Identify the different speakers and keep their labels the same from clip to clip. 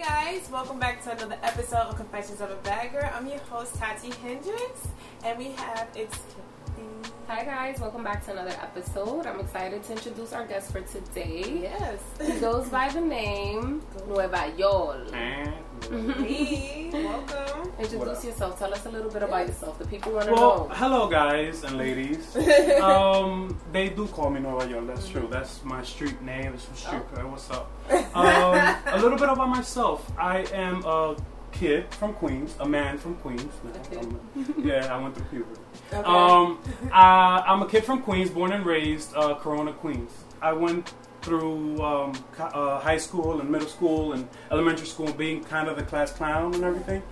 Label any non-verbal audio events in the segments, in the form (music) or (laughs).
Speaker 1: guys, welcome back to another episode of Confessions of a Bagger. I'm your host Tati Hendricks, and we have it's
Speaker 2: Hi guys, welcome back to another episode. I'm excited to introduce our guest for today.
Speaker 1: (laughs) yes,
Speaker 2: He goes by the name Nueva Yol.
Speaker 1: Hey, welcome.
Speaker 3: What
Speaker 2: Introduce
Speaker 3: up?
Speaker 2: yourself. Tell us a little bit about yourself. The people want to know.
Speaker 3: Well, hello guys and ladies. um, they do call me Nora Yo. That's true. That's my street name. It's from street. code. What's up? Um, a little bit about myself. I am a kid from Queens, a man from Queens. No,
Speaker 2: Okay.
Speaker 3: I'm a- yeah, I went through puberty.
Speaker 1: Okay.
Speaker 3: Um, I, I'm a kid from Queens, born and raised uh, Corona, Queens. I went through um, co- uh, high school and middle school and elementary school, being kind of the class clown and everything.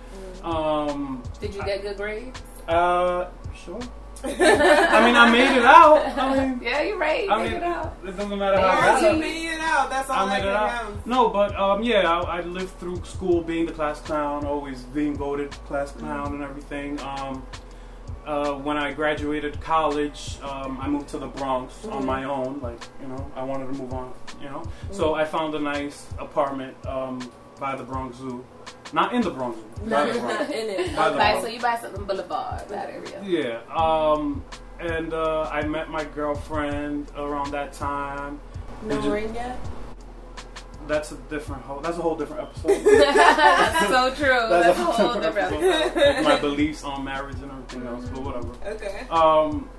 Speaker 3: Um,
Speaker 2: Did you get good grades?
Speaker 3: uh, sure. I mean, I made it out. I mean,
Speaker 2: Yeah, you're right.
Speaker 3: I
Speaker 2: Make
Speaker 3: mean,
Speaker 2: it up.
Speaker 3: it doesn't matter how
Speaker 2: Yeah,
Speaker 3: I
Speaker 1: Alright,
Speaker 3: got
Speaker 1: you
Speaker 2: Alright.
Speaker 3: it.
Speaker 1: made it out. That's all
Speaker 3: I
Speaker 1: I
Speaker 3: made
Speaker 1: can
Speaker 3: it
Speaker 1: know.
Speaker 3: out. No, but um, yeah, I, I lived through school being the class clown, always being voted class clown and everything. Um, uh, when I graduated college, um, I moved to the Bronx on my own. Like, you know, I wanted to move on, you know? So I found a nice apartment um, by the Bronx Zoo. Not in the Bronx Zoo,
Speaker 4: (laughs)
Speaker 3: by the Bronx.
Speaker 1: in it.
Speaker 3: By the
Speaker 2: Okay,
Speaker 3: Bronx.
Speaker 2: so you by Sutton Boulevard, that area.
Speaker 3: Yeah, um, and uh, I met my girlfriend around that time.
Speaker 1: No
Speaker 3: Did you-
Speaker 1: ring yet?
Speaker 3: That's a different whole. That's a whole
Speaker 2: (laughs)
Speaker 3: different episode.
Speaker 2: That's so true. That's, a whole different.
Speaker 3: episode. my beliefs on marriage and everything else, but whatever.
Speaker 1: Okay.
Speaker 3: Um,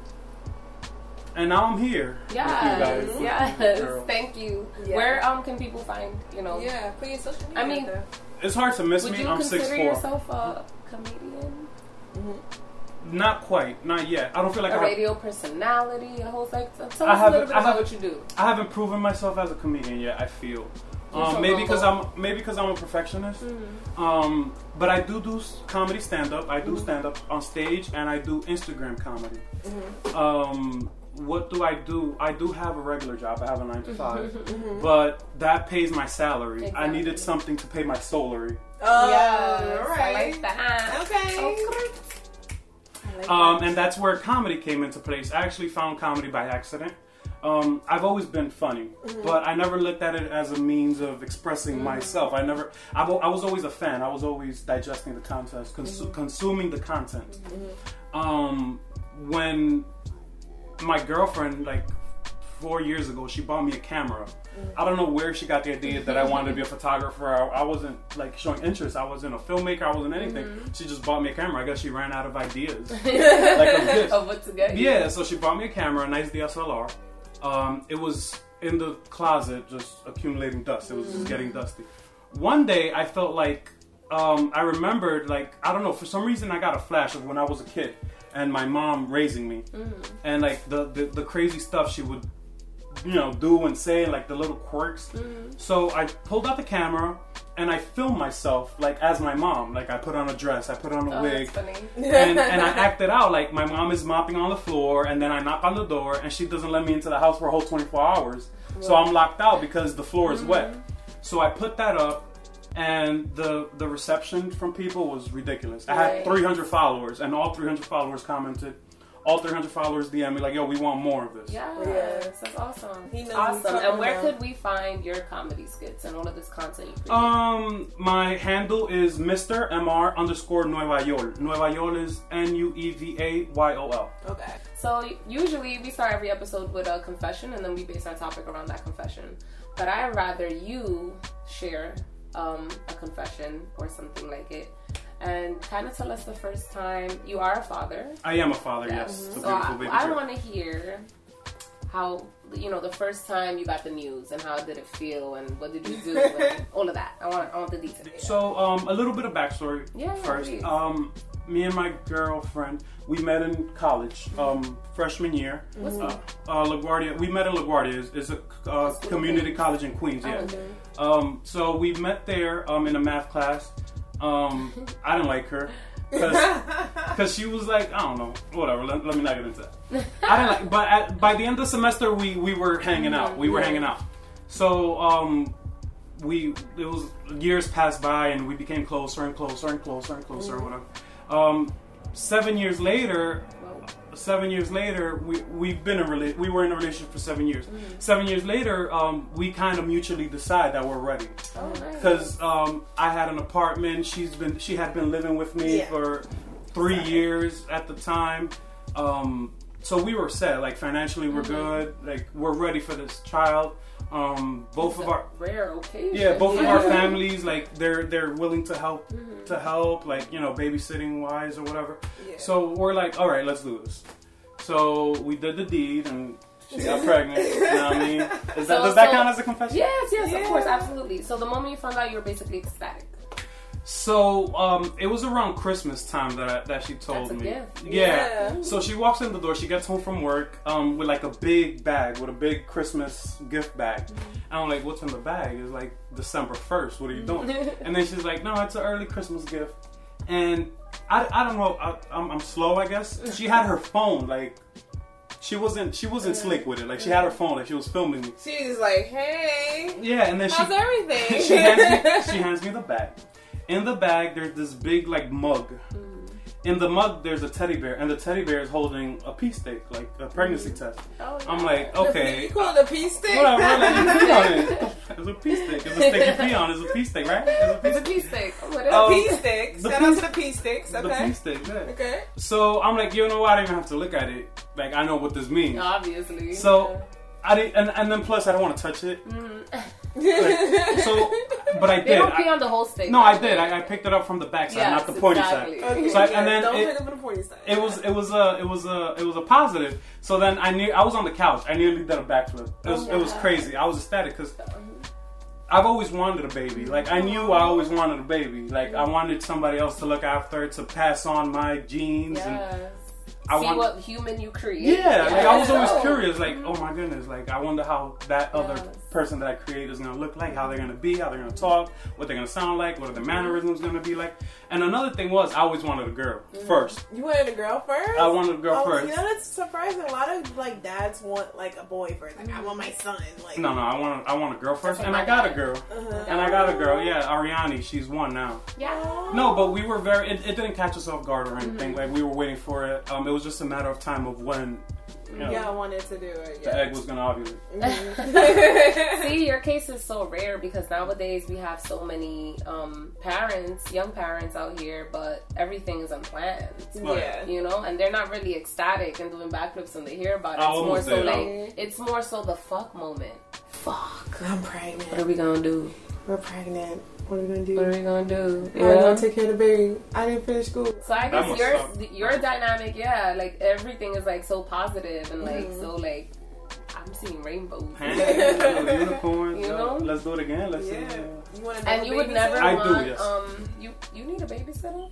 Speaker 3: and now I'm here. with you guys,
Speaker 2: Yes,
Speaker 3: with
Speaker 2: yes.
Speaker 3: you girls.
Speaker 2: Thank you.
Speaker 1: Yeah.
Speaker 2: Where um can people find you know?
Speaker 1: Yeah, put your social media.
Speaker 2: I mean-
Speaker 1: out
Speaker 3: It's hard to miss
Speaker 2: Would
Speaker 3: me.
Speaker 2: you
Speaker 3: I'm six
Speaker 2: consider
Speaker 3: four.
Speaker 2: yourself a comedian?
Speaker 3: Not quite. Not yet. I don't feel like
Speaker 2: a
Speaker 3: I, have,
Speaker 2: radio personality, a whole like. Tell us
Speaker 3: I
Speaker 2: a
Speaker 3: have-
Speaker 2: little bit
Speaker 3: I
Speaker 2: about
Speaker 3: have-
Speaker 2: what you do.
Speaker 3: I haven't proven myself as a comedian yet. I feel.
Speaker 2: You're so
Speaker 3: Um, maybe because I'm
Speaker 2: humble.
Speaker 3: maybe because I'm a perfectionist.
Speaker 1: Mm.
Speaker 3: Um, but I do do s- comedy stand up. I do stand up on stage, and I do Instagram comedy. Um, what do I do? I do have a regular job. I have a nine to 5 but that pays my salary. I
Speaker 2: Exactly.
Speaker 3: needed something to pay my salary.
Speaker 1: Oh,
Speaker 2: Yes,
Speaker 1: all
Speaker 2: I
Speaker 1: right.
Speaker 2: like Oh, that.
Speaker 1: Okay.
Speaker 2: Okay.
Speaker 1: I like
Speaker 3: Um,
Speaker 1: that.
Speaker 3: and that's where comedy came into place. I actually found comedy by accident. Um, I've always been funny, but I never looked at it as a means of expressing myself. I never, I, wa- I was always a fan. I was always digesting the content, consu- consuming the content. Um, when my girlfriend, like four years ago, she bought me a camera. I don't know where she got the idea that I wanted to be a photographer. I, I wasn't like showing interest. I wasn't a filmmaker. I wasn't anything. She just bought me a camera. I guess she ran out of ideas. like of
Speaker 2: (laughs)
Speaker 3: gifts.
Speaker 2: Of what to get. you.
Speaker 3: Oh, Yeah, so she bought me a camera, a nice DSLR. Um, it was in the closet, just accumulating dust. It was just getting dusty. One day, I felt like um, I remembered, like I don't know, for some reason, I got a flash of when I was a kid and my mom raising me, and like the, the the crazy stuff she would, you know, do and say, like the little quirks. So I pulled out the camera. And I filmed myself like as my mom. Like I put on a dress, I put on a
Speaker 2: Oh,
Speaker 1: (laughs)
Speaker 2: that's
Speaker 3: wig,
Speaker 2: funny. (laughs)
Speaker 3: and, and I acted out like my mom is mopping on the floor, and then I knock on the door, and she doesn't let me into the house for a whole 24 hours. So I'm locked out because the floor is wet.
Speaker 2: Mm-hmm.
Speaker 3: So I put that up, and the the reception from people was ridiculous. I
Speaker 2: Right.
Speaker 3: had 300 followers, and all 300 followers commented. All 300 followers DM me like, "Yo, we want more of this."
Speaker 2: Yes,
Speaker 1: Yeah.
Speaker 2: that's awesome.
Speaker 1: He knows what he's
Speaker 2: awesome.
Speaker 1: talking
Speaker 2: And where
Speaker 1: about.
Speaker 2: could we find your comedy skits and all of this content you create?
Speaker 3: Um, my handle is Mr. Mr. underscore Nueva Yol. Nueva Yol is N U E V A Y O L.
Speaker 1: okay.
Speaker 2: So usually we start every episode with a confession, and then we base our topic around that confession. But I'd rather you share um, a confession or something like it, and kind of tell us the first time you are a father.
Speaker 3: I am a father. Oh, Yes, it's
Speaker 2: Mm-hmm.
Speaker 3: a
Speaker 2: So
Speaker 3: beautiful
Speaker 2: I,
Speaker 3: baby
Speaker 2: I
Speaker 3: girl.
Speaker 2: want to hear how you know the first time you got the news and how did it feel and what did you
Speaker 3: (laughs)
Speaker 2: do and all of that. I want I want the details.
Speaker 3: So, um, a little bit of backstory
Speaker 2: Yeah,
Speaker 3: first.
Speaker 2: please.
Speaker 3: Um, me and my girlfriend, we met in college, um, freshman year.
Speaker 2: What's
Speaker 3: uh, uh, LaGuardia. We met in LaGuardia. It's, it's a uh,
Speaker 2: School of
Speaker 3: community
Speaker 2: Queens.
Speaker 3: college in Queens. Yeah.
Speaker 2: Oh, okay.
Speaker 3: Um, so we met there um, in a math class. Um, I didn't like her because she was like, I don't know, whatever. Let, let me not get into that. I didn't like, but at, by the end of the semester, we we were hanging out. We were hanging out. So um, we it was years passed by and we became closer and closer and closer and closer. Whatever. Um, seven years later,
Speaker 2: Well,
Speaker 3: seven years later, we we've been in rela- we were in a relationship for seven years.
Speaker 4: Mm-hmm.
Speaker 3: Seven years later, um, we kind of mutually decide that we're ready
Speaker 4: Mm-hmm.
Speaker 2: Oh, nice.
Speaker 3: because um, I had an apartment. She's been she had been living with me
Speaker 4: Yeah.
Speaker 3: for three
Speaker 4: Sorry.
Speaker 3: years at the time. Um, so we were set. Like financially, we're
Speaker 4: Mm-hmm.
Speaker 3: good. Like we're ready for this child. Um, both
Speaker 2: It's
Speaker 3: of
Speaker 2: a
Speaker 3: our
Speaker 2: rare occasion.
Speaker 3: yeah, both
Speaker 4: (laughs)
Speaker 3: of our
Speaker 2: (laughs)
Speaker 3: families like they're they're willing to help
Speaker 4: Mm-hmm.
Speaker 3: to help like you know babysitting wise or whatever.
Speaker 4: Yeah.
Speaker 3: So we're like, all right, let's do this. So we did the deed and she got pregnant. you know what I mean? Is that,
Speaker 2: So-
Speaker 3: does that
Speaker 2: so-
Speaker 3: count as a confession?
Speaker 2: Yes, yes,
Speaker 4: Yeah.
Speaker 2: of course, absolutely. So the moment you found out, you were basically
Speaker 3: (laughs)
Speaker 2: ecstatic.
Speaker 3: So um, it was around Christmas time that I, that she told
Speaker 2: That's a
Speaker 3: me.
Speaker 2: gift.
Speaker 3: Yeah.
Speaker 4: Yeah.
Speaker 3: So she walks in the door. She gets home from work um, with like a big bag, with a big Christmas gift bag.
Speaker 2: Mm-hmm.
Speaker 3: And I'm like, "What's in the bag?" It's like December first. What are you
Speaker 2: (laughs)
Speaker 3: doing? and then she's like, "No, it's an early Christmas gift." And I, I don't know. I, I'm, I'm slow, I guess. She had her phone. Like she wasn't she wasn't slick with it. Like she had her phone. Like she was filming me.
Speaker 4: She's just like, hey,
Speaker 3: Yeah. And then she
Speaker 1: How's everything?
Speaker 3: (laughs) she hands
Speaker 2: (laughs)
Speaker 3: me she hands me the bag. In the bag, there's this big like mug.
Speaker 2: Mm.
Speaker 3: In the mug, there's a teddy bear, and the teddy bear is holding a pee stick, like a pregnancy test.
Speaker 2: Oh,
Speaker 3: I'm like, okay,
Speaker 4: you call it a pea stick?
Speaker 3: whatever.
Speaker 1: (laughs)
Speaker 3: Like, you pee on it. It's a pea stick. It's a stick you pee on. It's a pea stick, right? It's a pee
Speaker 2: It's a
Speaker 3: stick.
Speaker 2: pea stick. What is
Speaker 3: Oh.
Speaker 4: pea stick.
Speaker 3: The
Speaker 4: Shout
Speaker 3: pea-
Speaker 4: out to the pea sticks.
Speaker 3: The
Speaker 4: Okay.
Speaker 3: pea stick. Yeah.
Speaker 4: Okay.
Speaker 3: So I'm like, you know what? I don't even have to look at it. Like I know what this means.
Speaker 2: Obviously.
Speaker 3: So I didn't, and, and then plus I don't want to
Speaker 2: (laughs)
Speaker 3: touch it. Like, so, but I did.
Speaker 2: Mm. they don't
Speaker 3: I-
Speaker 2: pee on the whole stick.
Speaker 3: no, I did. I, I picked it up from the backside,
Speaker 2: Yes,
Speaker 3: not the pointy
Speaker 2: exactly.
Speaker 3: side.
Speaker 4: (laughs) Okay.
Speaker 3: So I- and
Speaker 4: yeah,
Speaker 3: then
Speaker 4: don't
Speaker 3: it-
Speaker 4: pick up on the pointy side.
Speaker 3: It was it was a it was a it was a positive. So then I knew I was on the couch. I nearly did a backflip. It was it was
Speaker 2: Oh, wow.
Speaker 3: crazy. I was ecstatic because I've always wanted a baby. Like I knew I always wanted a baby. Like I wanted somebody else to look after to pass on my genes and
Speaker 2: Yes.
Speaker 3: I
Speaker 2: See
Speaker 3: want.
Speaker 2: what human you create.
Speaker 3: yeah, like I was always
Speaker 2: So-
Speaker 3: curious, like, oh my goodness, like I wonder how that other
Speaker 2: Yes.
Speaker 3: person that I create is gonna look like, how they're gonna be, how they're gonna talk, what they're gonna sound like, what are their mannerisms gonna be like. And another thing was I always wanted a girl first.
Speaker 4: You wanted a girl first?
Speaker 3: I wanted a girl
Speaker 4: oh,
Speaker 3: first.
Speaker 4: You know that's surprising. A lot of like dads want like a boy first. Like I want my son. Like
Speaker 3: No, no, I want a, I want a girl first,
Speaker 2: what
Speaker 3: and I
Speaker 2: my
Speaker 3: got a
Speaker 2: dad-
Speaker 3: girl,
Speaker 4: Uh-huh.
Speaker 3: and I got a girl. Yeah, Ariani, she's one now.
Speaker 2: Yeah.
Speaker 3: No, but we were very. It, it didn't catch us off guard or anything. Like we were waiting for it. Um, it was just a matter of time of when, you know,
Speaker 4: Yeah, I wanted to do it.
Speaker 3: the
Speaker 4: Yeah. (laughs)
Speaker 3: (laughs) egg was gonna ovulate.
Speaker 2: See, your case is so rare because nowadays we have so many um, parents, young parents out here, but everything is unplanned.
Speaker 4: yeah.
Speaker 2: You know, and they're not really ecstatic and doing backflips when they hear about it.
Speaker 3: I
Speaker 2: It's more
Speaker 3: almost
Speaker 2: so
Speaker 3: did.
Speaker 2: like it's more so the fuck moment. Fuck.
Speaker 4: I'm
Speaker 2: What are
Speaker 4: pregnant.
Speaker 2: we gonna do?
Speaker 4: We're pregnant. What are we gonna do?
Speaker 2: What are we gonna do?
Speaker 4: How are we gonna take care of the baby? I didn't finish school.
Speaker 2: So I
Speaker 3: That
Speaker 2: guess
Speaker 3: must
Speaker 2: your
Speaker 3: suck.
Speaker 2: th- your dynamic, yeah, like everything is like so positive and like so like I'm seeing rainbows.
Speaker 3: Pan, little unicorns.
Speaker 2: You
Speaker 3: yo,
Speaker 2: know?
Speaker 3: let's do it again. Let's
Speaker 4: Yeah.
Speaker 3: see.
Speaker 4: You want
Speaker 2: And you would never
Speaker 3: I do,
Speaker 2: want
Speaker 3: yes.
Speaker 2: um you you need a babysitter.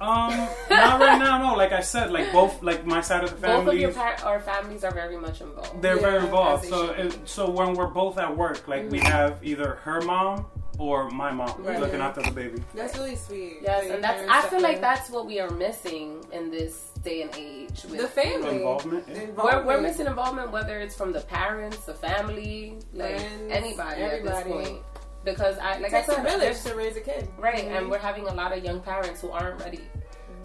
Speaker 3: Um, not right now. No, like I said, like both, like my side of the family.
Speaker 2: Both of your par- our families are very much involved.
Speaker 3: they're
Speaker 4: Yeah,
Speaker 3: very involved.
Speaker 2: as they
Speaker 3: So
Speaker 2: should Mm-hmm.
Speaker 3: it, so when we're both at work, like we have either her mom or my mom
Speaker 2: Right.
Speaker 3: looking after the baby.
Speaker 4: That's really sweet.
Speaker 2: yes,
Speaker 4: Like,
Speaker 2: and that's
Speaker 4: parents
Speaker 2: I feel like
Speaker 4: that-
Speaker 2: that's what we are missing in this day and age. With
Speaker 4: the family
Speaker 3: Involvement, yeah.
Speaker 2: We're, we're missing involvement, whether it's from the parents, the family, like
Speaker 4: Friends,
Speaker 2: anybody at
Speaker 4: everybody.
Speaker 2: this point. Because I, like I
Speaker 4: Takes a
Speaker 2: said, there's
Speaker 4: village to raise a kid. Mm-hmm.
Speaker 2: Right, and we're having a lot of young parents who aren't ready.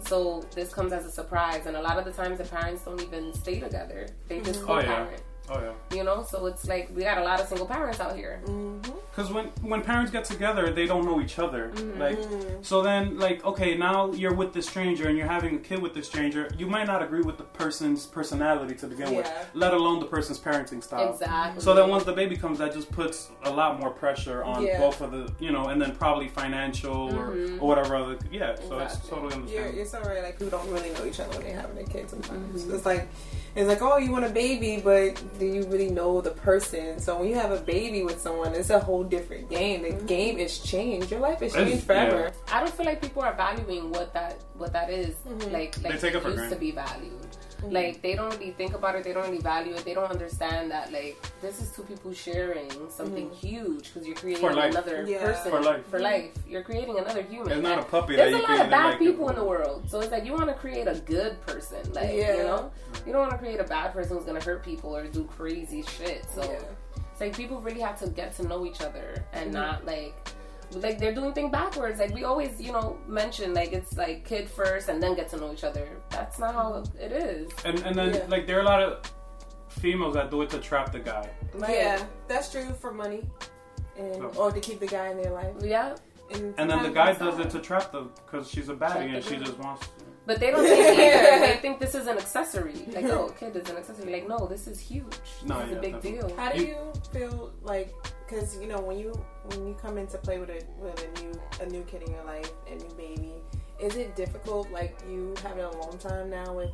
Speaker 2: So this comes as a surprise, and a lot of the times the parents don't even stay together; they just
Speaker 3: Oh, yeah.
Speaker 2: co-parent.
Speaker 3: Oh yeah.
Speaker 2: You know, so it's like we got a lot of single parents out here.
Speaker 3: Because when when parents get together, they don't know each other.
Speaker 2: Mm-hmm.
Speaker 3: Like, so then like okay, now you're with this stranger and you're having a kid with this stranger. You might not agree with the person's personality to begin with,
Speaker 4: Yeah.
Speaker 3: let alone the person's parenting style.
Speaker 2: Exactly.
Speaker 3: So then once the baby comes, that just puts a lot more pressure on
Speaker 4: Yeah.
Speaker 3: both of the you know, and then probably financial or, or whatever other yeah. So it's
Speaker 2: Mm-hmm. Exactly.
Speaker 3: totally
Speaker 4: You're,
Speaker 3: understandable.
Speaker 4: you're so right. Like, who don't really know each other when they're having their kids sometimes.
Speaker 2: Mm-hmm.
Speaker 4: It's like, it's like, oh, you want a baby, but do you really know the person? So when you have a baby with someone, it's a whole different game.
Speaker 2: Mm-hmm.
Speaker 4: The game is changed. Your life is
Speaker 3: It's-
Speaker 4: changed forever.
Speaker 2: I don't feel like people are valuing what that what that is.
Speaker 4: Mm-hmm.
Speaker 2: Like like
Speaker 3: take it
Speaker 2: it
Speaker 3: for
Speaker 2: used to
Speaker 3: granted.
Speaker 2: be valued. Like they don't really think about it. They don't really value it. They don't understand that like this is two people sharing something huge because you're creating
Speaker 3: For life.
Speaker 2: another
Speaker 4: Mm-hmm. Yeah.
Speaker 2: person
Speaker 3: For life.
Speaker 2: For life, you're creating another human.
Speaker 3: It's not
Speaker 2: Like,
Speaker 3: a puppy that
Speaker 2: There's
Speaker 3: you
Speaker 2: a lot
Speaker 3: created,
Speaker 2: of bad
Speaker 3: like,
Speaker 2: people in the world, so it's like you want to create a good person. Like
Speaker 4: Yeah.
Speaker 2: you know, you don't want to create a bad person who's gonna hurt people or do crazy shit. So
Speaker 4: Yeah.
Speaker 2: Mm-hmm. it's like people really have to get to know each other and not like like they're doing things backwards. Like we always, you know, mention like it's like kid first and then get to know each other. That's not how it is.
Speaker 3: And and then
Speaker 4: Yeah.
Speaker 3: like there are a lot of females that do it to trap the guy.
Speaker 2: Right?
Speaker 4: Yeah, that's true for money, and
Speaker 3: Oh.
Speaker 4: or to keep the guy in their life.
Speaker 2: Yeah.
Speaker 3: And then the
Speaker 4: sometimes
Speaker 3: guy
Speaker 4: that's
Speaker 3: does
Speaker 4: not-
Speaker 3: it to trap the because she's a baddie
Speaker 2: the
Speaker 3: and she
Speaker 2: girl.
Speaker 3: just wants. To.
Speaker 2: But (laughs) they don't think either. They think this is an accessory. Like, oh, kid is an accessory. Like, no, this is huge. This
Speaker 3: No,
Speaker 2: is
Speaker 3: yeah,
Speaker 2: a big
Speaker 3: definitely.
Speaker 2: deal.
Speaker 4: How do
Speaker 3: You-
Speaker 4: you feel like? Because you know when you when you come into play with a with a new a new kid in your life, a new baby, is it difficult? Like you having a long time now with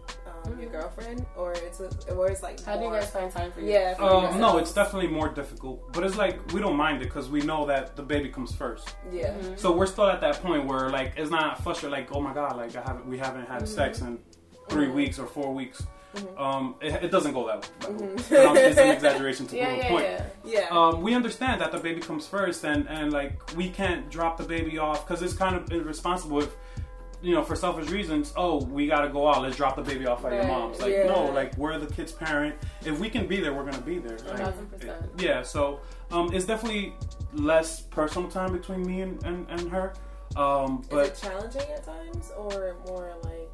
Speaker 4: um, your
Speaker 2: Mhm.
Speaker 4: girlfriend, or it's a- or it's like
Speaker 2: How do you
Speaker 4: more-
Speaker 2: guys find time for you?
Speaker 4: Yeah. for
Speaker 3: Um, no,
Speaker 4: yourself.
Speaker 3: it's definitely more difficult, but it's like we don't mind it because we know that the baby comes first.
Speaker 4: yeah.
Speaker 2: Mhm.
Speaker 3: So we're still at that point where like it's not frustrating. Like oh my god, like I haven't we haven't had
Speaker 2: Mm-hmm.
Speaker 3: sex in 3
Speaker 4: Mhm.
Speaker 3: weeks or four weeks.
Speaker 4: Mhm.
Speaker 3: Um, it, it doesn't go that
Speaker 2: Mm-hmm.
Speaker 3: way. by the way.
Speaker 4: Mhm.
Speaker 3: But, um, it's an
Speaker 4: (laughs)
Speaker 3: exaggeration
Speaker 2: (laughs)
Speaker 3: to
Speaker 2: Yeah,
Speaker 3: prove a
Speaker 2: yeah,
Speaker 3: point.
Speaker 2: yeah.
Speaker 4: Yeah.
Speaker 3: Um, we understand that the baby comes first, and and like we can't drop the baby off because it's kind of irresponsible if you know for selfish reasons. Oh, we gotta go out. Let's drop the baby off at your
Speaker 2: Right,
Speaker 3: mom's. Like
Speaker 4: yeah.
Speaker 3: no, like we're the kid's parent. If we can be there, we're gonna be there.
Speaker 2: A
Speaker 3: Like,
Speaker 2: thousand percent.
Speaker 3: yeah, so um, it's definitely less personal time between me and, and, and her. Um,
Speaker 4: is
Speaker 3: but
Speaker 4: it challenging at times, or more like?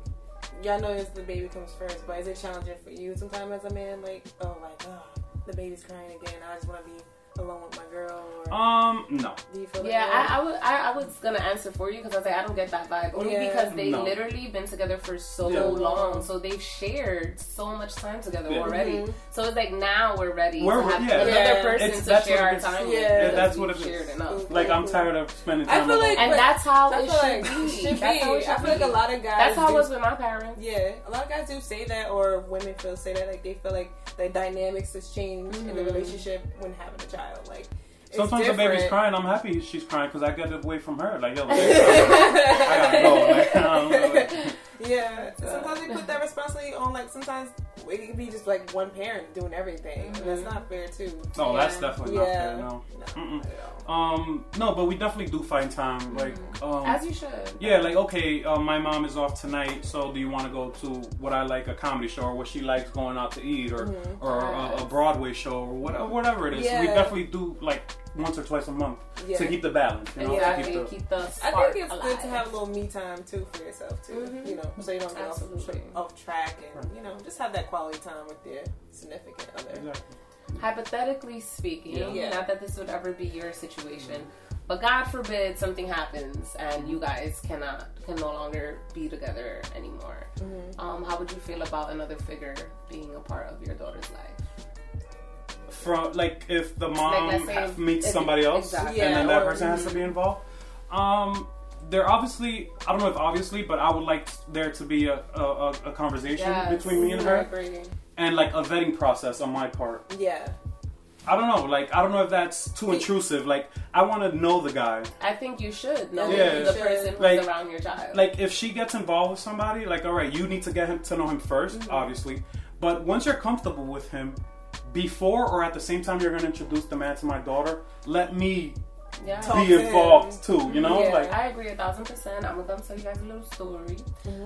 Speaker 4: Y'all know it's the baby comes first, but is it challenging for you sometimes as a man? Like, oh, like, oh, the baby's crying again. I just want to be alone with my girl. Or
Speaker 3: um, no.
Speaker 4: do you feel
Speaker 2: Yeah,
Speaker 4: that way?
Speaker 2: I, I, would, I, I was gonna answer for you because I was like, I don't get that vibe. Only
Speaker 4: Yeah.
Speaker 2: because they've
Speaker 3: No.
Speaker 2: literally been together for so
Speaker 3: Yeah.
Speaker 2: long, so they've shared so much time together
Speaker 3: Yeah.
Speaker 2: already.
Speaker 4: Mhm.
Speaker 2: So it's like now we're ready
Speaker 3: We're-
Speaker 2: to have
Speaker 3: yeah.
Speaker 2: another
Speaker 4: Yeah.
Speaker 2: person
Speaker 3: It's-
Speaker 2: to
Speaker 3: that's
Speaker 2: share
Speaker 3: what it
Speaker 2: our
Speaker 3: is.
Speaker 2: time.
Speaker 4: Yeah.
Speaker 2: with because
Speaker 3: That's what
Speaker 2: we've
Speaker 3: it is.
Speaker 2: shared enough.
Speaker 3: Like I'm tired of spending
Speaker 4: I
Speaker 3: time.
Speaker 4: feel
Speaker 3: alone.
Speaker 4: like-
Speaker 2: And
Speaker 4: But
Speaker 2: that's how
Speaker 4: I
Speaker 2: it
Speaker 4: feel like
Speaker 2: should be.
Speaker 4: should be.
Speaker 2: That's how it should
Speaker 4: I feel like
Speaker 2: be.
Speaker 4: a lot of guys.
Speaker 2: That's how
Speaker 4: do,
Speaker 2: it was with my parents.
Speaker 4: Yeah, a lot of guys do say that, or women feel say that. Like they feel like the dynamics has changed in the
Speaker 2: Mhm.
Speaker 4: relationship when having a child. Like it's
Speaker 3: Sometimes the baby's
Speaker 4: different.
Speaker 3: crying. I'm happy she's crying because I get away from her.
Speaker 4: (laughs)
Speaker 3: Like yo, (laughs) I gotta go.
Speaker 2: (laughs)
Speaker 3: Like, I don't know, like-
Speaker 4: yeah, sometimes they put that responsibility on. Like sometimes it could be just like one parent doing everything.
Speaker 2: Mhm.
Speaker 4: That's not fair too.
Speaker 3: no, that's
Speaker 2: Yeah.
Speaker 3: definitely
Speaker 4: Yeah.
Speaker 3: not
Speaker 4: No,
Speaker 3: Mm-mm.
Speaker 4: not at all.
Speaker 3: fair. No. Um, no, but we definitely do find time. Like um,
Speaker 2: As you should.
Speaker 3: Yeah, like okay, uh, my mom is off tonight, so do you want to go to what I like a comedy show, or what she likes going out to eat, or
Speaker 4: Mhm.
Speaker 3: or a, a Broadway show, or whatever, whatever it is. We
Speaker 4: Yeah.
Speaker 3: definitely do like once or twice a month
Speaker 4: Yeah.
Speaker 3: to keep the balance. You know,
Speaker 2: Exactly.
Speaker 3: to
Speaker 2: Keep the,
Speaker 3: keep
Speaker 4: I
Speaker 2: spark
Speaker 4: think it's
Speaker 2: alive.
Speaker 4: good to have a little me time too for yourself too.
Speaker 2: Mhm.
Speaker 4: You know, so you don't get off,
Speaker 2: Absolutely.
Speaker 4: off track and you know just have that quality time with your significant
Speaker 3: the,
Speaker 4: other.
Speaker 3: exactly.
Speaker 2: Hypothetically speaking,
Speaker 3: Yeah.
Speaker 4: Yeah.
Speaker 2: not that this would ever be your situation, but God forbid something happens and you guys cannot can no longer be together anymore. Um, how would you feel about another figure being a part of your daughter's life?
Speaker 3: From like if the mom
Speaker 2: let's say
Speaker 3: ha-
Speaker 2: if-
Speaker 3: meets
Speaker 2: if-
Speaker 3: somebody else,
Speaker 2: exactly.
Speaker 3: and then
Speaker 4: Yeah,
Speaker 3: that
Speaker 4: or- mm-hmm.
Speaker 3: person has to be involved. Um, there obviously, I don't know if obviously, but I would like there to be a a, a, a conversation
Speaker 2: Yes.
Speaker 3: between me and
Speaker 4: I
Speaker 3: her,
Speaker 4: agree.
Speaker 3: and like a vetting process on my part.
Speaker 4: Yeah.
Speaker 3: I don't know. Like, I don't know if that's too intrusive. Like, I want to know the guy.
Speaker 2: I think you should know
Speaker 3: Yeah.
Speaker 2: the
Speaker 4: Should.
Speaker 2: person who's
Speaker 3: Like-
Speaker 2: around your child.
Speaker 3: Like, if she gets involved with somebody, like, all right, you need to get him to know him 1st
Speaker 2: Mm-hmm.
Speaker 3: obviously. But once you're comfortable with him, before or at the same time you're going to introduce the man to my daughter, let me
Speaker 2: yeah.
Speaker 4: Talk
Speaker 3: be
Speaker 4: to him.
Speaker 3: involved too. You know,
Speaker 4: Yeah.
Speaker 3: like,
Speaker 2: I agree a thousand percent. I'm gonna tell you guys a little story.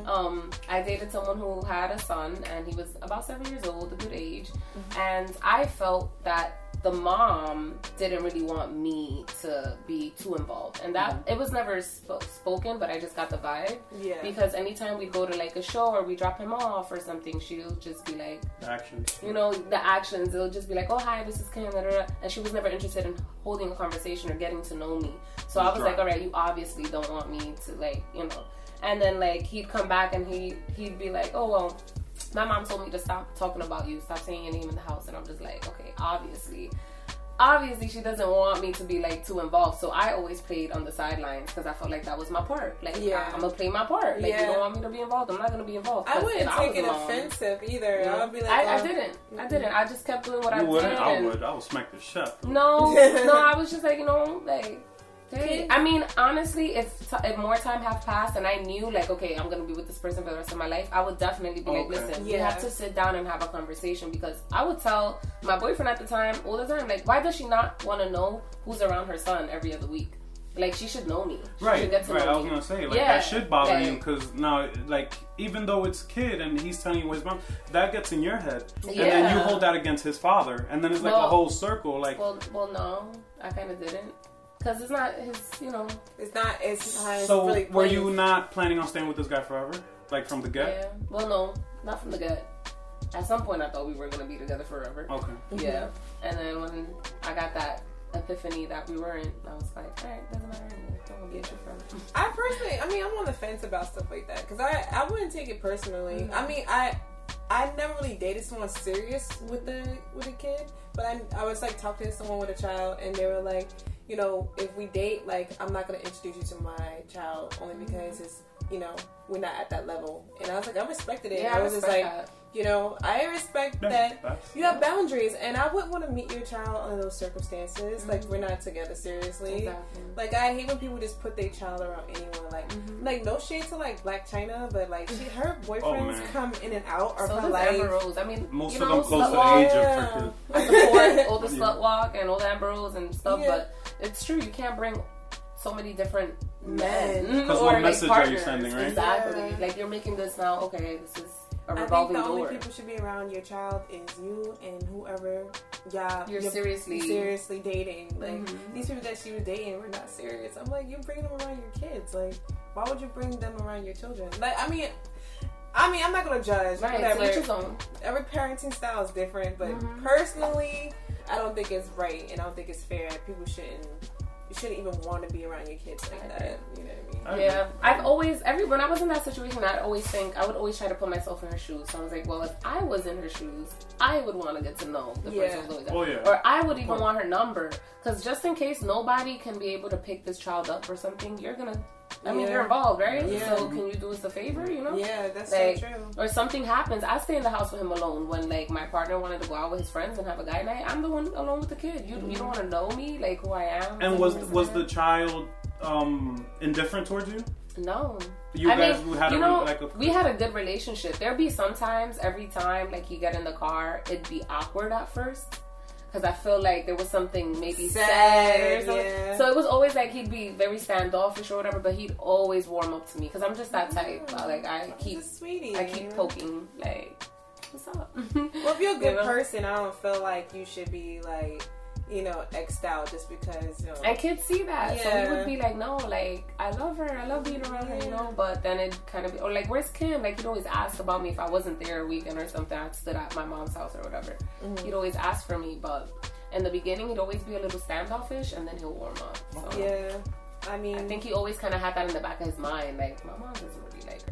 Speaker 2: Um, I dated someone who had a son, and he was about seven years old, a good age, and I felt that the mom didn't really want me to be too involved, and that it was never sp- spoken, but I just got the vibe
Speaker 4: Yeah.
Speaker 2: because anytime we go to like a show or we drop him off or something, she'll just be like,
Speaker 3: action.
Speaker 2: you know, the actions. It'll just be like, oh, hi, this is Kim, da, da, da. and she was never interested in holding a conversation or getting to know me. So I was
Speaker 3: Sure.
Speaker 2: like, all right, you obviously don't want me to, like, you know. And then, like, he'd come back and he, he'd be like, oh, well, my mom told me to stop talking about you, stop saying your name in the house. And I'm just like, okay, obviously. Obviously, she doesn't want me to be like too involved, so I always played on the sidelines because I felt like that was my part. Like,
Speaker 4: Yeah.
Speaker 2: I, am gonna play my part. Like, you
Speaker 4: Yeah.
Speaker 2: don't want me to be involved, I'm not gonna be involved.
Speaker 4: I
Speaker 2: 'Cause
Speaker 4: wouldn't
Speaker 2: if
Speaker 4: take
Speaker 2: was
Speaker 4: it
Speaker 2: alone-
Speaker 4: offensive either. I would be like,
Speaker 2: I, I
Speaker 4: oh,
Speaker 2: didn't. I didn't. I just kept doing what I
Speaker 3: You
Speaker 2: did.
Speaker 3: wouldn't? I
Speaker 2: and-
Speaker 3: would. I would smack the shit. out of him.
Speaker 2: No,
Speaker 4: (laughs)
Speaker 2: no. I was just like, you know, like. hey. I mean, honestly, if t- if more time had passed and I knew, like, okay, I'm gonna be with this person for the rest of my life, I would definitely be like,
Speaker 3: Okay.
Speaker 2: listen, you
Speaker 4: Yeah.
Speaker 2: have to sit down and have a conversation because I would tell my boyfriend at the time all the time, like, why does she not want to know who's around her son every other week? Like, she should know me. She
Speaker 3: Right,
Speaker 2: should get to
Speaker 3: right.
Speaker 2: know
Speaker 3: I was
Speaker 2: me.
Speaker 3: gonna say like
Speaker 2: Yeah,
Speaker 3: that should bother
Speaker 2: like-
Speaker 3: you because now, like, even though it's kid and he's telling you what his mom, that gets in your head, and then you
Speaker 2: Yeah.
Speaker 3: hold that against his father, and then it's like a
Speaker 2: Well-
Speaker 3: whole circle. Like,
Speaker 2: Well, well, no, I kind of didn't. because it's not his, you know.
Speaker 4: It's not as high as
Speaker 3: So
Speaker 4: really
Speaker 3: were you
Speaker 4: plays.
Speaker 3: not planning on staying with this guy forever? Like from the
Speaker 2: Yeah.
Speaker 3: get?
Speaker 2: Well, no, not from the gut. At some point, I thought we were gonna be together forever.
Speaker 3: Okay.
Speaker 2: Yeah. And then when I got that epiphany that we weren't, I was like, all right, doesn't matter. Anymore. Don't wanna be with your friend.
Speaker 4: I personally, I mean, I'm on the fence about stuff like that because I, I wouldn't take it personally.
Speaker 2: Mm-hmm.
Speaker 4: I mean, I, I never really dated someone serious with a with a kid, but I, I was like talking to someone with a child, and they were like, you know, if we date, like, I'm not gonna introduce you to my child only
Speaker 2: Mm-hmm.
Speaker 4: because it's, you know, we're not at that level. And I was like, I respected it.
Speaker 2: Yeah,
Speaker 4: I was just like,
Speaker 2: that.
Speaker 4: you know, I respect
Speaker 3: Yeah,
Speaker 4: that
Speaker 3: that's-
Speaker 4: you have boundaries, and I wouldn't want to meet your child under those circumstances. Like we're not together seriously.
Speaker 2: Exactly.
Speaker 4: Like I hate when people just put their child around anyone. Like,
Speaker 2: Mm-hmm.
Speaker 4: like no shade to like Black China, but like she,
Speaker 2: (laughs)
Speaker 4: her boyfriends
Speaker 3: man.
Speaker 4: come in and out of
Speaker 2: Oh, So
Speaker 4: her
Speaker 2: does
Speaker 4: life.
Speaker 2: Amber Rose. I mean,
Speaker 3: Most
Speaker 2: you
Speaker 3: of
Speaker 2: know,
Speaker 3: them close to
Speaker 2: slut walk,
Speaker 3: the age of
Speaker 4: Yeah. (laughs)
Speaker 3: freaking.
Speaker 2: support all the
Speaker 3: Yeah.
Speaker 2: slut walk and all the Amber Rose and stuff,
Speaker 4: Yeah.
Speaker 2: but it's true. You can't bring so many different
Speaker 4: Men.
Speaker 2: men
Speaker 3: 'Cause
Speaker 2: or
Speaker 3: what
Speaker 2: like
Speaker 3: message are you
Speaker 2: partners.
Speaker 3: sending, right?
Speaker 2: Exactly.
Speaker 4: Yeah.
Speaker 2: Like you're making this now. Okay, this is a
Speaker 4: I think
Speaker 2: revolving
Speaker 4: the only
Speaker 2: door.
Speaker 4: people should be around your child is you and whoever y'all
Speaker 2: You're seriously-
Speaker 4: seriously dating. Like
Speaker 2: Mm-hmm.
Speaker 4: these people that she was dating were not serious. I'm like, you're bringing them around your kids. Like, why would you bring them around your children? Like, I mean, I mean, I'm not gonna judge.
Speaker 2: Right, to
Speaker 4: whatever.
Speaker 2: each his own.
Speaker 4: every parenting style is different, but
Speaker 2: Mm-hmm.
Speaker 4: personally, I don't think it's right, and I don't think it's fair. People shouldn't, you shouldn't even want to be around your kids like that. You know what I mean?
Speaker 3: I agree.
Speaker 2: Yeah, I've always every when I was in that situation, I'd always think I would always try to put myself in her shoes. So I was like, well, if I was in her shoes, I would want to get to know the
Speaker 4: Yeah.
Speaker 2: person who's always
Speaker 3: Oh, yeah.
Speaker 2: or I would even
Speaker 3: course.
Speaker 2: want her number because just in case nobody can be able to pick this child up or something, you're gonna. I mean,
Speaker 4: Yeah.
Speaker 2: you're involved, right?
Speaker 4: Yeah.
Speaker 2: So can you do us a favor? You know.
Speaker 4: Yeah, that's
Speaker 2: Like,
Speaker 4: so true.
Speaker 2: or something happens, I stay in the house with him alone. When like my partner wanted to go out with his friends and have a guy night, I'm the one alone with the kid.
Speaker 4: Mm-hmm.
Speaker 2: You you don't want to know me, like who I am.
Speaker 3: And
Speaker 2: like,
Speaker 3: was
Speaker 2: who I
Speaker 3: was
Speaker 2: am.
Speaker 3: the child um indifferent towards you?
Speaker 2: No.
Speaker 3: You
Speaker 2: I
Speaker 3: guys
Speaker 2: mean,
Speaker 3: who had
Speaker 2: you
Speaker 3: a,
Speaker 2: know,
Speaker 3: like a
Speaker 2: we had a good relationship. There'd be sometimes, every time, like you get in the car, it'd be awkward at first. Because I feel like there was something maybe
Speaker 4: Sad,
Speaker 2: sad, or something.
Speaker 4: yeah.
Speaker 2: So it was always like he'd be very standoffish or whatever, but he'd always warm up to me. Because I'm just that type. I- Like, I keep,
Speaker 4: Just sweetie.
Speaker 2: I keep poking, like, what's up? (laughs)
Speaker 4: Well, if you're a
Speaker 2: You
Speaker 4: good
Speaker 2: know?
Speaker 4: person, I don't feel like you should be like, you know, xed out just because. You know,
Speaker 2: And kids see that. So
Speaker 4: Yeah.
Speaker 2: he would be like, no, like, I love her. I love being around her, you know? But then it kind of be, or like, where's Kim? Like, he'd always ask about me if I wasn't there a weekend or something. I stood at my mom's house or whatever.
Speaker 4: Mm-hmm.
Speaker 2: He'd always ask for me, but in the beginning, he'd always be a little standoffish and then he'll warm up. So
Speaker 4: yeah. I mean,
Speaker 2: I think he always kind of had that in the back of his mind. Like, my mom doesn't really like